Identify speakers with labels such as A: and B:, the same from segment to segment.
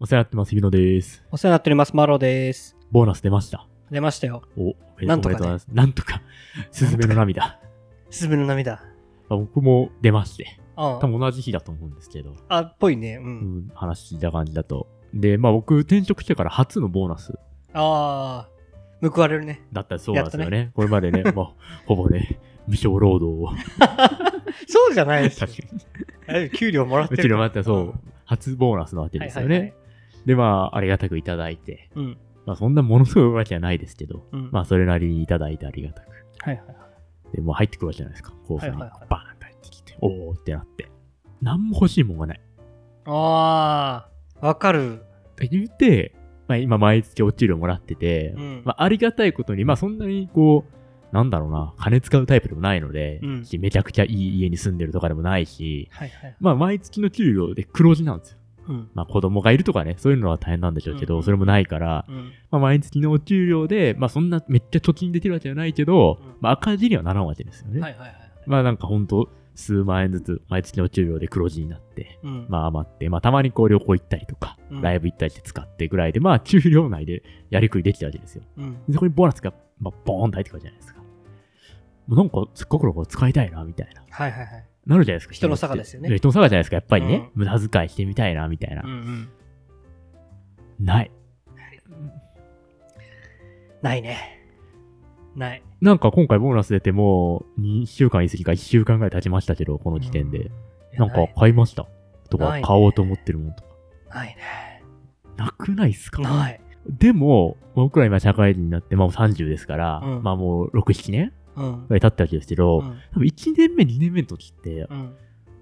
A: お世話になってます、ゆのです。
B: お世話になっております、マロです。
A: ボーナス出ました。
B: 出ましたよ。
A: お、おめで
B: な
A: とうんおめでとう
B: とかね
A: ございます。なんと か、すずめの涙。
B: すずめの涙。
A: まあ僕も出まして、
B: あ
A: 多分同じ日だと思うんですけど、
B: あ、っぽいね。う。
A: うんん、話聞いた感じだと。で、まあ僕、転職してから初のボーナス
B: ああ、報われるね。
A: だったそうなんですよね。これまで ね、まあ、ほぼね、無償労働を。
B: そうじゃないですよ
A: 確。かに
B: あれ給料もらって
A: う
B: る
A: ち
B: から。
A: のまたそう、初ボーナスなわけ
B: うん。
A: です
B: はい
A: よ
B: はいは
A: ね
B: い。。
A: で、まあ、ありがたくいただいて、
B: うん。
A: まあそんなものすごいわけじゃないですけど、
B: うん。
A: まあそれなりにいただいてありがたく。
B: はいはい。
A: で、もう入ってくるわけじゃないですか。こうさ、
B: はいはいはい
A: バーンと入ってきて、おーってなって。なんも欲しいもんがない。
B: ああ、わかる。
A: って言って、まあ、今毎月お給料もらってて、
B: うん。
A: まあ、ありがたいことに、まあそんなにこう、なんだろうな、金使うタイプでもないので、
B: うん
A: めちゃくちゃいい家に住んでるとかでもないし、
B: はいはい。
A: まあ毎月の給料で黒字なんですよ。
B: うん。
A: まあ子供がいるとかね、そういうのは大変なんでしょうけど、
B: うん
A: それもないから、
B: うん。
A: まあ毎月のお給料で、まあそんなめっちゃ貯金できるわけじゃないけど、
B: うん
A: まあ赤字にはならんわけですよね。
B: はいはいはい。
A: まあなんかほんと数万円ずつ毎月の給料で黒字になって、
B: うん。
A: まあ余って、まあたまにこう旅行行ったりとか、
B: うん
A: ライブ行ったりして使ってぐらいで、まあ給料内でやりくりできたわけですよ。
B: うん。
A: でそこにボーナスが、まあ、ボーンと入ってくるじゃないですか。もうなんかせっかくのから使いたいな、みたいな。
B: はいはいはい。
A: なるじゃないですか。
B: 人の差がですよね
A: いや人の差がじゃないですか、やっぱりね。
B: う
A: 無駄遣いしてみたいな、みたいな
B: うん。うん。
A: ない。
B: ないね。ない。
A: なんか今回ボーナス出てもう2週間い過ぎか1週間ぐらい経ちましたけど、この時点
B: うん
A: で
B: い。や
A: なんか
B: い
A: 買いましたとか
B: ない、ね
A: 買おうと思ってるものとか。
B: ないね。
A: なくないっすか
B: ない。
A: でも、僕ら今社会人になって、まあもう30ですから、
B: うん
A: まあもう6、7年
B: うん
A: ぐ。らい経ったわけですけど、
B: うん。
A: 多分1年目、2年目の時って、
B: うん。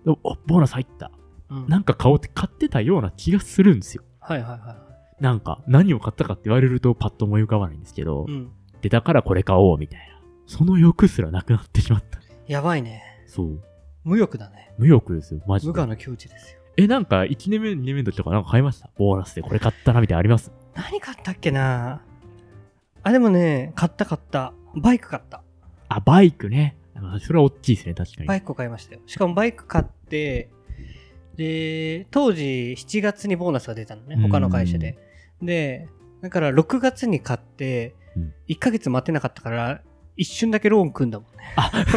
A: おボーナス入った。
B: うん
A: なんか買おうって買ってたような気がするんですよ。
B: はいはいは
A: なんか、何を買ったかって言われるとパッと思い浮かばないんですけど、
B: い。うん。
A: で、だからこれ買おうみたいな。その欲すらなくなってしまった。
B: やばいね。
A: そう。
B: 無欲だね。
A: 無欲ですよ、マジ
B: 無
A: で。
B: 我の境地ですよ。
A: え、なんか、1年目、2年目の時とかなんか買いましたボーナスでこれ買ったなみたいなのあります
B: 何買ったっけなあ、でもね、買った買った。バイク買った。
A: あ、バイクね。あそれは大きいですね、確かに。
B: バイクを買いましたよ。しかもバイク買って、で、当時7月にボーナスが出たのね。他の会社で。で、だから6月に買って
A: うん、
B: 1ヶ月待てなかったから、一瞬だけローン組んだもんね。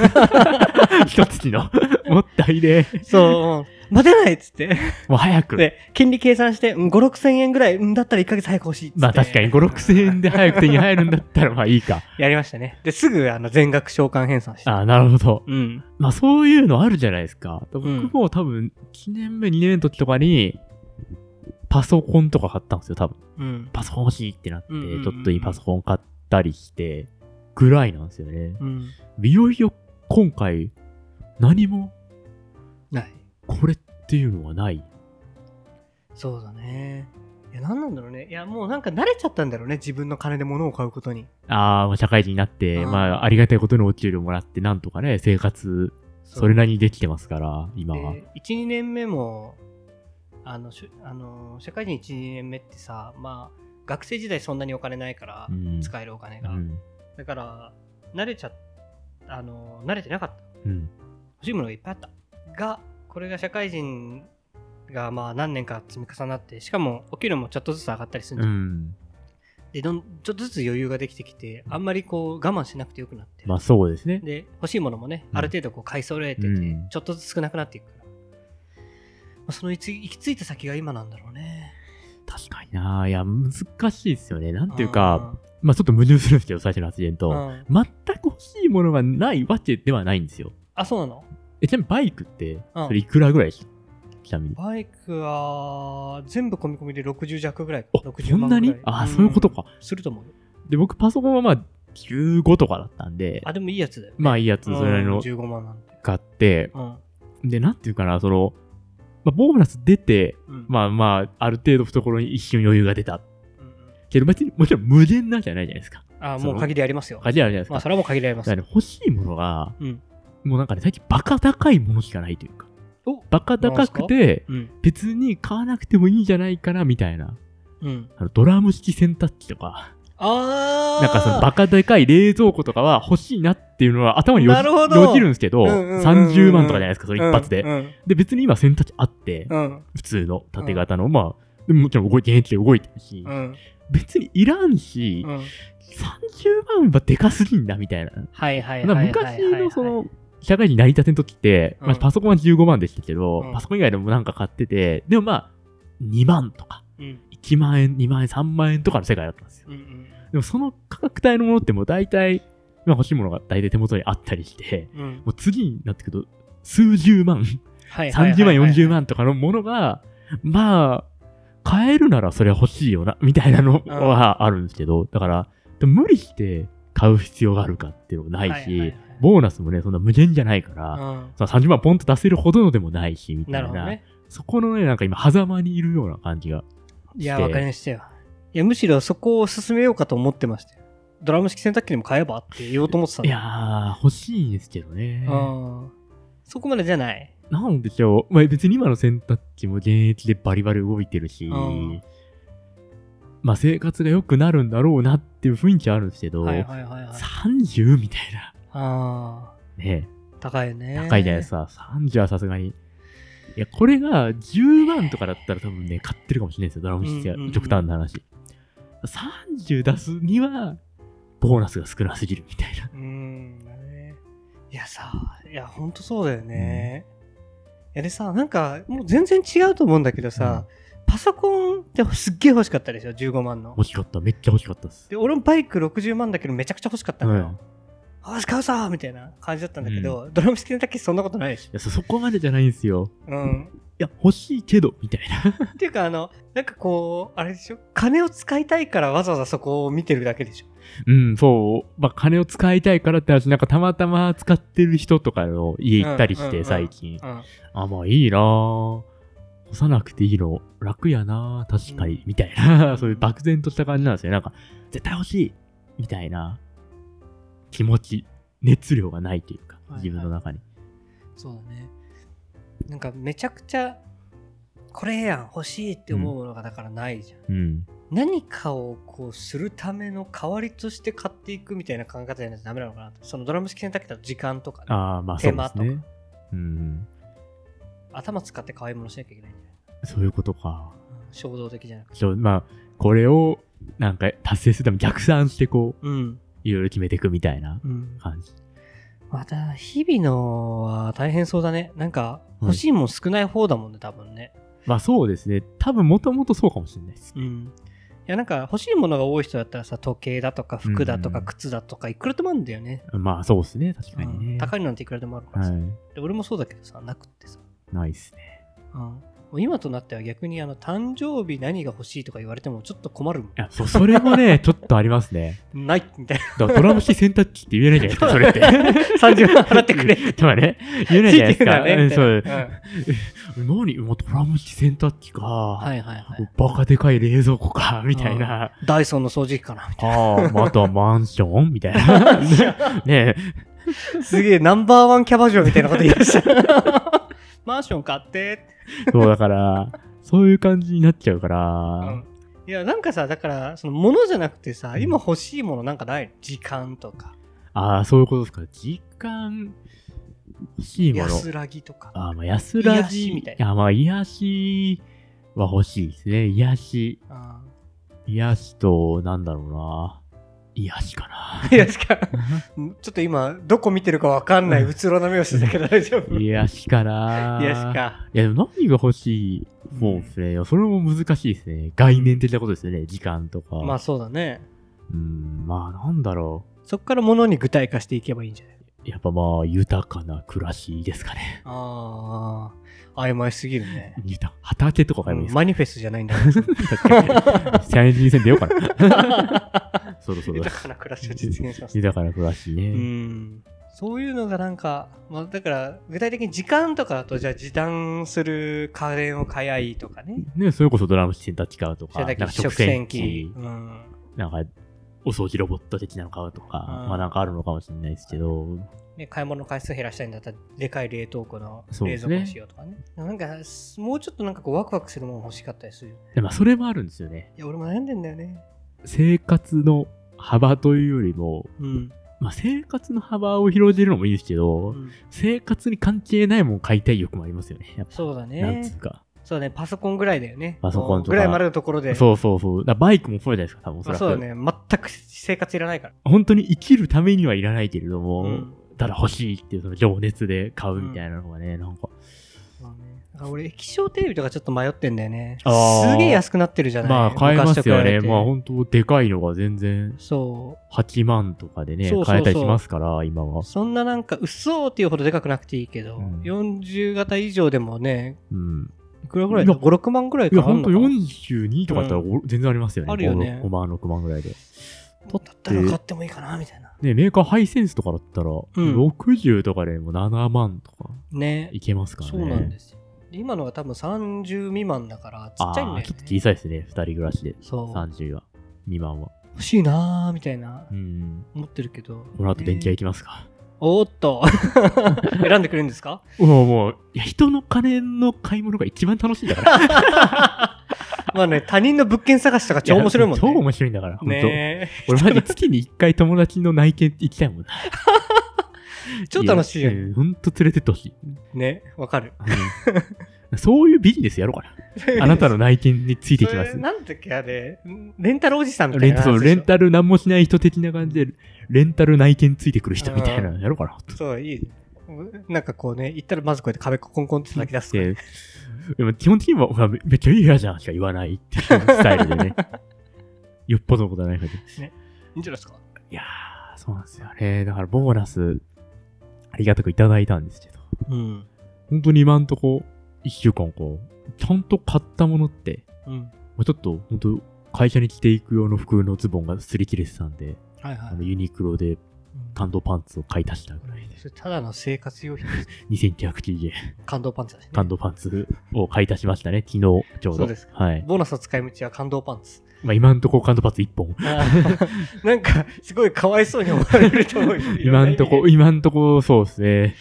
A: 一月の。もったいねえ。
B: そう、うん 待てないっつって。
A: もう早く。
B: で、金利計算して、うん、5、6千円ぐらい、うん、だったら1ヶ月早く欲しいっつって。
A: まあ確かに5、6千円で早く手に入るんだったらまあいいか。
B: やりましたね。で、すぐあの全額償還返算して。
A: ああ、なるほど。
B: うん。
A: まあそういうのあるじゃないですか。僕
B: ん
A: も多分、1年目、2年目の時とかに、パソコンとか買ったんですよ、多分。
B: うん。
A: パソコン欲しいってなって、ち
B: うんうんうんうん
A: ょっといいパソコン買ったりして、ぐらいなんですよね。
B: うん。
A: いよいよ今回、何も
B: ない。
A: これっていうのはない。
B: そうだね。いや、何なんだろうね。いや、もうなんか慣れちゃったんだろうね。自分の金で物を買うことに。
A: ああ、社会人になって、
B: うん
A: まあありがたいことにお給料もらって、なんとかね、生活それなりにできてますから、今
B: で
A: は。
B: 1、2年目も、あの、しゅあの社会人1、2年目ってさ、まあ、学生時代そんなにお金ないから、
A: うん
B: 使えるお金
A: う
B: が。
A: ん。
B: だから、慣れちゃっ、あの、慣れてなかった。
A: うん。
B: 欲しいものがいっぱいあった。が、これが社会人がまあ何年か積み重なって、しかもお給料もちょっとずつ上がったりす
A: う
B: るんじゃん
A: ん。
B: でどんちょっとずつ余裕ができてきてあんまりこう我慢しなくてよくなって、
A: まあそうですね。
B: で欲しいものもね
A: うん
B: ある程度こう買い揃えてて、
A: うん
B: ちょっとずつ少なくなっていくから、まあ、その行き行き着いた先が今なんだろうね
A: 確かにな。いや、難しいですよね。なんていうか、まあちょっと矛盾するんですけど、最初の発言
B: うん
A: と。
B: うん
A: 全く欲しいものがないわけではないんですよ。
B: あそうなの
A: え、ちなみにバイクって、
B: うん
A: それいくらぐらいでしたちなみに。
B: バイクは全部込み込みで60弱ぐらいか
A: あ、
B: 60
A: そん
B: 万
A: な
B: ぐら
A: に
B: い
A: あ、そういうことか。
B: んすると思うよ
A: で、僕パソコンはまあ15とかだったんで、
B: あでもいいやつだよ、
A: まあいいやつ、
B: うん
A: それなりの
B: 15万なんて
A: 買って、
B: うん
A: で、なんていうかな、その、まあボーナス出て、
B: うん
A: まあまあ、ある程度懐に一瞬余裕が出た。
B: うんうん
A: けど別に、もちろん無限なんじゃないじゃないですか。
B: あ
A: その
B: もう限りありますよ
A: 限りあるじゃないですか。
B: まあそれはもう限りありま
A: だ
B: す
A: からね欲しいものが、
B: うん
A: もうなんかね、最近バカ高いものしかないというか、
B: お
A: バカ高くて、
B: うん
A: 別に買わなくてもいいんじゃないかな、みたいな。
B: うん
A: あのドラム式洗濯機とか、
B: ああ
A: なんかそのバカでかい冷蔵庫とかは欲しいなっていうのは頭によ
B: な
A: ぎ
B: るほど
A: よぎるんですけど、
B: うんうんうんうん
A: 30万とかじゃないですか、それ一発で。
B: うん
A: で、別に今洗濯機あって、
B: うん
A: 普通の縦型の、まあ、でももちろん動いて現地で動いてるし、
B: うん。
A: 別にいらんし、
B: うん。
A: 30万はでかすぎんだみたいな。
B: はいはい
A: まあ
B: はいはいはい
A: 昔
B: はい。
A: のその、社会人成り立ての時って、
B: うん
A: まあ、パソコンは15万でしたけど、
B: うん
A: パソコン以外でもなんか買ってて、でもまあ、2万とか、
B: うん、
A: 1万円、2万円、3万円とかの世界だったんですよ。
B: うんうん
A: でもその価格帯のものってもう大体、今欲しいものが大体手元にあったりして、
B: うん。
A: もう次になってくると、数十万、
B: はいはいはい
A: 30
B: はい
A: 万、40。万とかのものが、まあ、買えるならそれは欲しいよな、みたいなの
B: うん
A: はあるんですけど、だから、でも無理して買う必要があるかっていうのもな
B: はい
A: し、
B: いはいはい
A: ボーナスもね、そんな無限じゃないから、
B: うん
A: その30万ポンと出せるほどのでもないし、みた
B: ないる
A: な
B: ほどね。
A: そこのね、なんか今、狭間にいるような感じが。
B: いや、
A: して
B: わかりましたよ。いや、むしろそこを進めようかと思ってましたよ。ドラム式洗濯機でも買えばって言おうと思ってたの
A: いやー、欲しいんですけどね。
B: うん。そこまでじゃない。
A: なんでしょう、まあ、別に今の洗濯機も現役でバリバリ動いてるし、
B: うん
A: まあ生活が良くなるんだろうなっていう雰囲気はあるんですけど、
B: はいはいはいはい。
A: 30みたいな、
B: あ
A: ね、
B: ー高いよね。
A: 高いじゃないですか、30はさすがに。いや、これが10万とかだったら多分ね、買ってるかもしれないですよ、ドラム式は
B: うんうんうん
A: 極端な話。30出すには、ボーナスが少なすぎるみたいな。
B: うーん、だね。いやさ、いや、ほんとそうだよね。いやでさ、なんか、もう全然違うと思うんだけどさ、パソコンってすっげえ欲しかったでしょ、15万の。
A: 欲しかった、めっちゃ欲しかったです。
B: で、俺もバイク60万だけどめちゃくちゃ欲しかった
A: う
B: の
A: ん、
B: よ。
A: い
B: あ、買うさみたいな感じだったんだけど、ドラム式の時そんなことないでし
A: やそそこまでじゃないんですよ。
B: ょ。うん。
A: いや、欲しいけど、みたいな。
B: っていうか、あの、なんかこう、あれでしょ、金を使いたいからわざわざそこを見てるだけでしょ。
A: うん、そう。まあ、金を使いたいからって話、なんかたまたま使ってる人とかの家行ったりし
B: うんうんう
A: て、
B: ん
A: 最近。
B: うん。
A: あ、まあいいなぁ。干さなくていいの、楽やなぁ、確か
B: うん
A: に、みたいな。 そういう漠然とした感じなんですよね。なんか、絶対欲しいみたいな気持ち、熱量がないというか
B: はいは、い
A: 自分の中に。
B: そうだね。なんかめちゃくちゃ、これやん、欲しいって思うものがだからないじゃ
A: う
B: ん。
A: ん。
B: 何かをこうするための代わりとして買っていくみたいな考え方じゃないとダメなのかなとそのドラム式洗濯機だと時間とかね、
A: ああ、まあそ
B: 手
A: うで
B: 間
A: す
B: とか
A: ね。うん。
B: 頭使って買い物しなきゃいけないんじ
A: そういうことか。
B: ゃない、うん衝動的じゃなくて
A: そう、まあ、これを、なんか、達成するために逆算して、こう、
B: うん、
A: いろいろ決めていくみたいな
B: うん、
A: 感じ。
B: また日々のは大変そうだねなんか
A: うん
B: 欲しいもん少ない方だもんね多分ね
A: まあそうですね。多分もともとそうかもしれないです。
B: うんいやなんか欲しいものが多い人だったらさ時計だとか服だとか
A: うん
B: 靴だとかいくらでもあるんだよね、
A: まあそうですね。確か
B: う
A: に
B: ん
A: ね。
B: 高いのなんていくらでもあるから
A: は
B: さ、
A: い。
B: で俺もそうだけどさなくってさ
A: ないですね。
B: うんもう今となっては逆にあの誕生日何が欲しいとか言われてもちょっと困るもん
A: いや、そ、それも ね、ちょっとありますね。
B: ないみたい
A: だ
B: な
A: からドラム式洗濯機って言えないじゃないですか、それって。
B: 30万払っ てくれって
A: とかね、言えないじゃないで すか。
B: ね
A: うんそう
B: み。たいな
A: 何もうドラム式洗濯機か。
B: うんはいはいはい
A: バカでかい冷蔵庫か、みたいな。
B: ダイソンの掃除機かなみ
A: ああ、 まああとはマンションみたい な。ね
B: たいなすげえナンバーワンキャバ嬢みたいなこと言いました マンション買って、
A: そうだから、そういう感じになっちゃうか
B: う
A: ら
B: ん。いやなんかさだからその物じゃなくてさ今欲しいものなんかない時間とか
A: ああ、そういうことですか。時間、欲しいもの。
B: 安らぎとか
A: あーまあ安ら
B: 癒
A: ぎ
B: しみたいな
A: あーまあ癒しは欲しいですね。癒し。
B: うん
A: 癒しと、なんだろうな。癒しか な。
B: いやしかちょっと今どこ見てるかわかんないうつろな目をしてたけど大丈夫い
A: 癒しかな。
B: やし。か
A: いや、でも何が欲しいもうですね。それも難しいですね。概念的なことですよね。時間とか。
B: まあそうだね
A: うん、まあなんだろ。
B: そこから物に具体化していけばいいんじゃない
A: やっぱまあ、豊かな暮らしですかね。
B: いああ、曖昧すぎるね。
A: 豊か畑とか買えばいいですか、
B: マニフェストじゃないん だか ら。
A: 社員人選出ようか な。そうだそうだ。
B: 豊かな暮らしを実現します。
A: 豊かな暮らしね。
B: うん。そういうのがなんか、まあ、だから、具体的に時間とかだと、じゃあ時短する家電を買いゃいいとかね。
A: ね、それこそドラム式洗濯機買うと
B: そ
A: か、
B: れ
A: な
B: だ
A: んか
B: け
A: 食
B: 食
A: 洗
B: 洗
A: 機
B: 機。、うん。
A: なんかお掃除ロボット的なの買うとか、
B: うん
A: まあなんかあるのかもしれないですけど、
B: ね、買い物の回数減らしたいんだったら、でかい冷凍庫の
A: そう
B: 冷
A: です
B: 蔵
A: ね
B: 庫にしようとかね。なんか、もうちょっとなんかこう、ワクワクするもの欲しかったりするよね。
A: でまあそれもあるんですよね。
B: いや、俺も悩んでんだよね。
A: 生活の幅というよりも、
B: うん。
A: まあ生活の幅を広げるのもいいですけど、
B: うん
A: 生活に関係ないもん買いたい欲もありますよね。やっぱ
B: そうだね。
A: なんつうか。
B: そうだね、パソコンぐらいだよね。
A: パソコンとか
B: ぐらいまでのところで。
A: そうそうそう。だからバイクもそうじゃないですか、多分おそ
B: まあ
A: ら
B: そうだ
A: く。
B: ね。全く生活いらないから。
A: 本当に生きるためにはいらないけれども、
B: うん
A: ただ欲しいっていうその情熱で買うみたいなのがね、なんか。
B: そうねだから俺、液晶テレビとかちょっと迷ってんだよね。
A: あー
B: すげえ安くなってるじゃない
A: まあ買えますよね。
B: 昔と比べて
A: まあ本当でかいのが全然
B: そ
A: 8万とかでね、
B: そうそうそう
A: 買えたりしますから、今は
B: う。。そんななんか、うっそーっていうほどでかくなくていいけど、
A: うん
B: 40型以上でもね、
A: うん。
B: いくらぐらい
A: い
B: だ
A: や
B: ?5、6万ぐらい
A: い
B: か
A: や、
B: あ
A: 本
B: んの
A: 当
B: かな
A: 42とかだったらお全然ありますよね。
B: あるよね
A: 5万、6万ぐらいで。
B: だったら買ってもいいかなみたいな。
A: ね、メーカーハイセンスとかだったら、
B: ん
A: 60とかでも7万とか
B: ね。
A: いけますからね。
B: そうなんですよ。で今のが多分30未満だから、ちっちゃいん
A: あ
B: だ
A: あ、
B: よ
A: ちょっと
B: ね。
A: 小さいですね、2人暮らしで。
B: そう。
A: 30は、2万は。
B: 欲しいなーみたいな
A: う、ん。
B: 思ってるけど。
A: この後電気屋
B: ね
A: 行きますか。
B: おーっと。 選んでくれるんですか
A: もう、もう、いや、人の金の買い物が一番楽しいんだ から。
B: まあね、他人の物件探しとか超面白いもんね。
A: 超面白いんだから、本当。
B: ね
A: 俺マジ月に一回友達の内見行きたいもんな。
B: え。超楽しいよね。
A: ね。ほんと連れてってほしい。
B: ね、わかる。
A: うんそういうビジネスやろうかな。あなた の内見についてきま
B: そ
A: す
B: れ。なんだっけあれ、レンタルおじさんみた
A: レ
B: い
A: ン
B: な
A: そう
B: 話でしょ。
A: レンタル何もしない人的な感じで、レンタル内見ついてくる人みたいなのやろうかな。
B: そう、いいね。なんかこうね、行ったらまずこうやって壁コンコンって叩き出すとかね。
A: ででも基本的にはほらめめっちゃいい部屋じゃんしか言わないっていうスタイルでね。よっぽどのことはないけど。
B: いいんじゃないですか
A: いやー、そうなんですよね。だからボーナス、ありがたくいただいたんですけど、
B: うん。
A: 本当に今んとこ、一週間こう、ちゃんと買ったものって、
B: うん。
A: まあちょっと本当会社に着ていく用の服のズボンが擦り切れてたんで、
B: はいは
A: あのユニクロで感動パンツを買い足したぐらいで、
B: それただの生活用品、
A: 2990円、
B: 感動パンツだね。
A: 感動パンツを買い足しましたね、昨日ちょうど。
B: そうです
A: はい。
B: ボーナスの使い道は感動パン ツ。
A: まあ今んとこ感動パンツ1本。
B: なんか、すごいかわいそうに思われると思うよ。
A: 今んとこ、今んとこそうですね。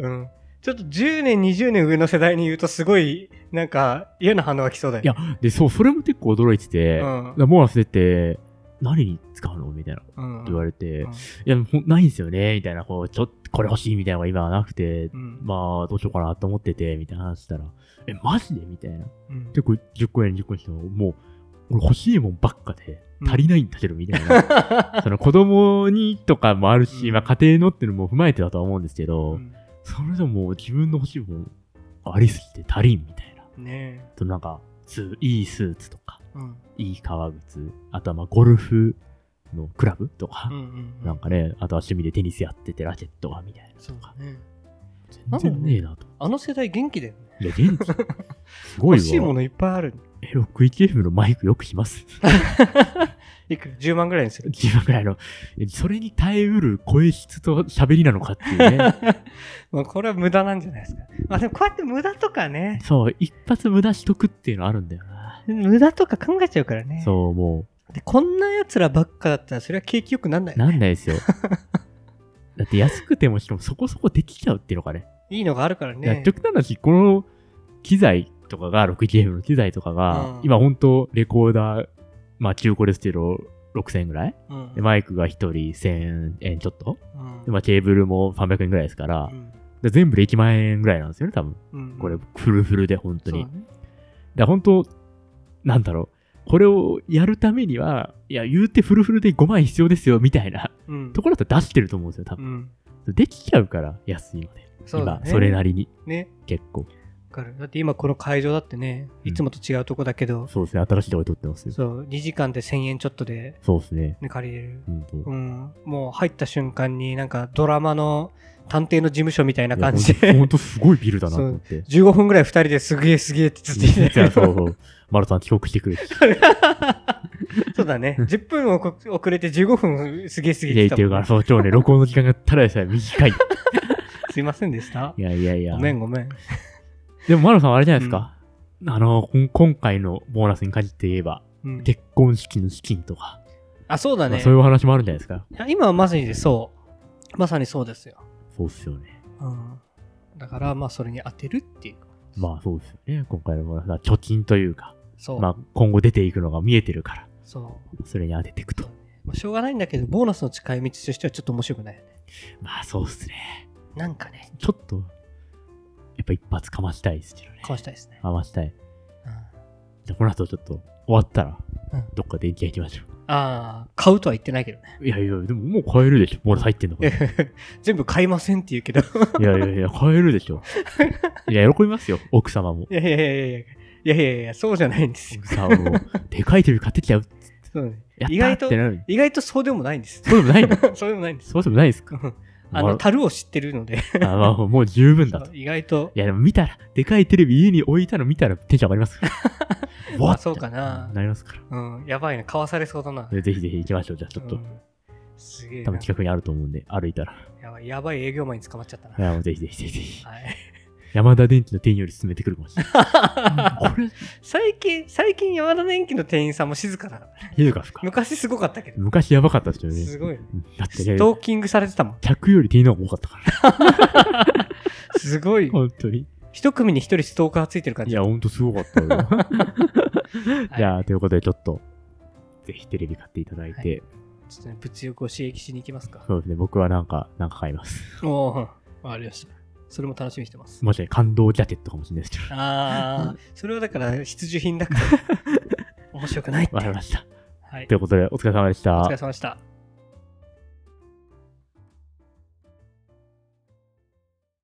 B: うん。ちょっと10年、20年上の世代に言うと、すごい、なんか、嫌な反応が来そうだよ。
A: いや、で、そう、それも結構驚いてて、
B: う
A: だか
B: ん。
A: らボーナス出て、何に使うのみたいな
B: うん
A: 言われて、
B: うん
A: いや、ほんないんですよね、みたいな、こう、ちょっとこれ欲しいみたいなのが今はなくて、
B: うん。
A: まあ、どうしようかなと思ってて、みたいな話したら、え、マジでみたいな。
B: うん
A: 結構10個円、10個円しても、もう、俺欲しいもんばっかで
B: うん、
A: 足りないんだけど、みたい な。その子供にとかもあるし、
B: うん
A: まあ家庭のっていうのも踏まえてだとは思うんですけど、
B: うん
A: それでも自分の欲しいもんありすぎて足りんみたいな。
B: ね
A: そのなんか、スいいスーツとか、
B: え。うん。
A: いい革靴、あとはまあゴルフのクラブとか
B: う、んうん。
A: なんかね、あとは趣味でテニスやっててラケットがみたいな。
B: そうだね。
A: 全然ねえなと。
B: あの世代元気だよね。
A: いや、元気。 すご
B: 欲
A: い
B: しいも
A: わ。
B: のいっぱい ある。
A: え、僕 ETF のマイクよくします。
B: いくら ?10 万ぐらいにする。
A: 自分ぐらいの、えそれに耐えうる声質と喋りなのかっていう ね。
B: まあ、これは無駄なんじゃないですか。まあ、でもこうやって無駄とかね、
A: そう、一発無駄しとくっていうのあるんだよな。
B: 無駄とか考えちゃうからね。
A: そう、も、
B: でこんな奴らばっかだったら、それは景気よくなんないう
A: なんない ですよ。だって安くてもしかもそこそこできちゃうっていうのかね。
B: いいのがあるからね。
A: 薬局な話、この機材とかが、6GM の機材とかが、
B: うん
A: 今ほんとレコーダー、まあ中古ですけど、6000円ぐらい
B: うん
A: で、マイクが1人1000円ちょっと
B: うん
A: で、まあケーブルも300円ぐらいですから
B: う、ん
A: で全部で1万円ぐらいなんですよね、多分。
B: うん
A: これ、フルフルで、本当に。
B: そうだね
A: だから本当、なんだろう、これをやるためには、いや、言うてフルフルで5万必要ですよ、みたいな
B: うん
A: ところだったら出してると思うんですよ、多
B: う
A: 分。
B: ん
A: できちゃうから、安いので。
B: そうだね
A: 今、それなりに、
B: ね。
A: 結構。
B: わかる。だって今この会場だってね、
A: うん
B: いつもと違うとこだけど、
A: そうですね、新しい動画撮ってますよ。
B: そう、2時間で1000円ちょっとで、
A: そうですね。
B: ね、借りれる。
A: 本当。
B: うん。もう入った瞬間になんかドラマの探偵の事務所みたいな感じ
A: いやほん
B: で、
A: ほんとすごいビルだなと思って。
B: 15分ぐらい2人ですげえすげえってずっと言い
A: じゃ
B: て
A: あそう そう。マルさん遅刻してくるし。
B: そうだね。10分遅遅れて15分すげえすげえ
A: いや、言っ
B: 来
A: たてる
B: もん
A: から、そう、今日ね、録音の時間がただでさえ短い。
B: すいませんでした
A: い。やいやいや。
B: ごめんごめん。
A: でも、マルさんはあれじゃないですか。あの、こん今回のボーナスに限って言えば、
B: うん
A: 結婚式の資金とか、
B: あ、そうだ
A: まあ
B: ね。
A: そういうお話もあるんじゃないですか。
B: いや今はまさにそう。まさにそうですよ。
A: そうっすよね。
B: うん。だから、まあ、それに当てるっていう。
A: まあそうですよね。今回のボーナスは貯金というか、
B: そう。
A: まあ今後出ていくのが見えてるから、
B: そう。
A: それに当てていくと。
B: まあ、しょうがないんだけど、ボーナスの使い道としてはちょっと面白くないよね。
A: まあそうっすね。
B: なんかね。
A: ちょっと、やっぱ一発かましたいですけどね。
B: かわしたいですね。
A: かましたい。
B: うん
A: じゃあこの後ちょっと終わったら
B: うん、
A: どっか電気屋行きましょ
B: ああ、買うとは言ってないけどね。
A: う。いやいや、でももう買えるでしょ。ボーナス入ってんのから。
B: 全部買いませんって言うけど。
A: いやいやいや、買えるでしょ。いや、喜びますよ。奥様も。
B: いやいやいやいやいやいやいやいや、そうじゃないんですよ。
A: 奥様も。でかいテレビ買ってきちゃう。
B: そうね
A: やった
B: 意外
A: ーっ
B: と
A: て、なる。
B: 意外とそうでもないんです。
A: そうでもないの
B: そうでもないんです。
A: そうでもない ですか
B: うん
A: あ
B: あの、樽を知ってるので、
A: あまあもう十分だと。
B: 意外と
A: い、や、でも見たら、でかいテレビ家に置いたの見たらテンション上がり ますから。
B: ま
A: わ
B: あ
A: っ
B: そうかな
A: なりますから。
B: うん、やばいな、買わされそうだな。
A: でぜひぜひ行きましょう。じゃあちょっと、
B: うんすげえ
A: 多
B: な
A: 分近くにあると思うんで、歩いたら。
B: やばい。やばい営業マンに捕まっちゃったな。
A: いや、もうぜひぜひぜひぜひ。
B: はい、
A: 山田電機の店員より進めてくるかもしれ ない。これ、
B: 最近、最近、山田電機の店員さんも静かだな。
A: ひどかったか。
B: 昔すごかったけど、
A: 昔やばかったですよね。
B: すごいよね
A: うんだって
B: ス
A: ね、
B: トーキングされてたもん。
A: 客より店員の方が多かったから。
B: すごい。
A: 本当に。
B: 一組に一人ストーカーついてる感
A: い
B: じ。
A: や、ほんとすごか ったよ。
B: はい
A: じゃあ、ということで、ちょっと、ぜひテレビ買っていただいて、
B: はいちょっとね、物欲を刺激しに行きますか。
A: そうですね、僕はなんか、なんか買います。
B: おお、わかりました。それも楽しみにしてます。
A: もしね、感動ジャケットかもしれないですけど。
B: ああ、それはだから 必需品だから、面白くないって。
A: わかりました。
B: はい
A: とい。うことで、お疲れ様でした。
B: お疲れ様でした。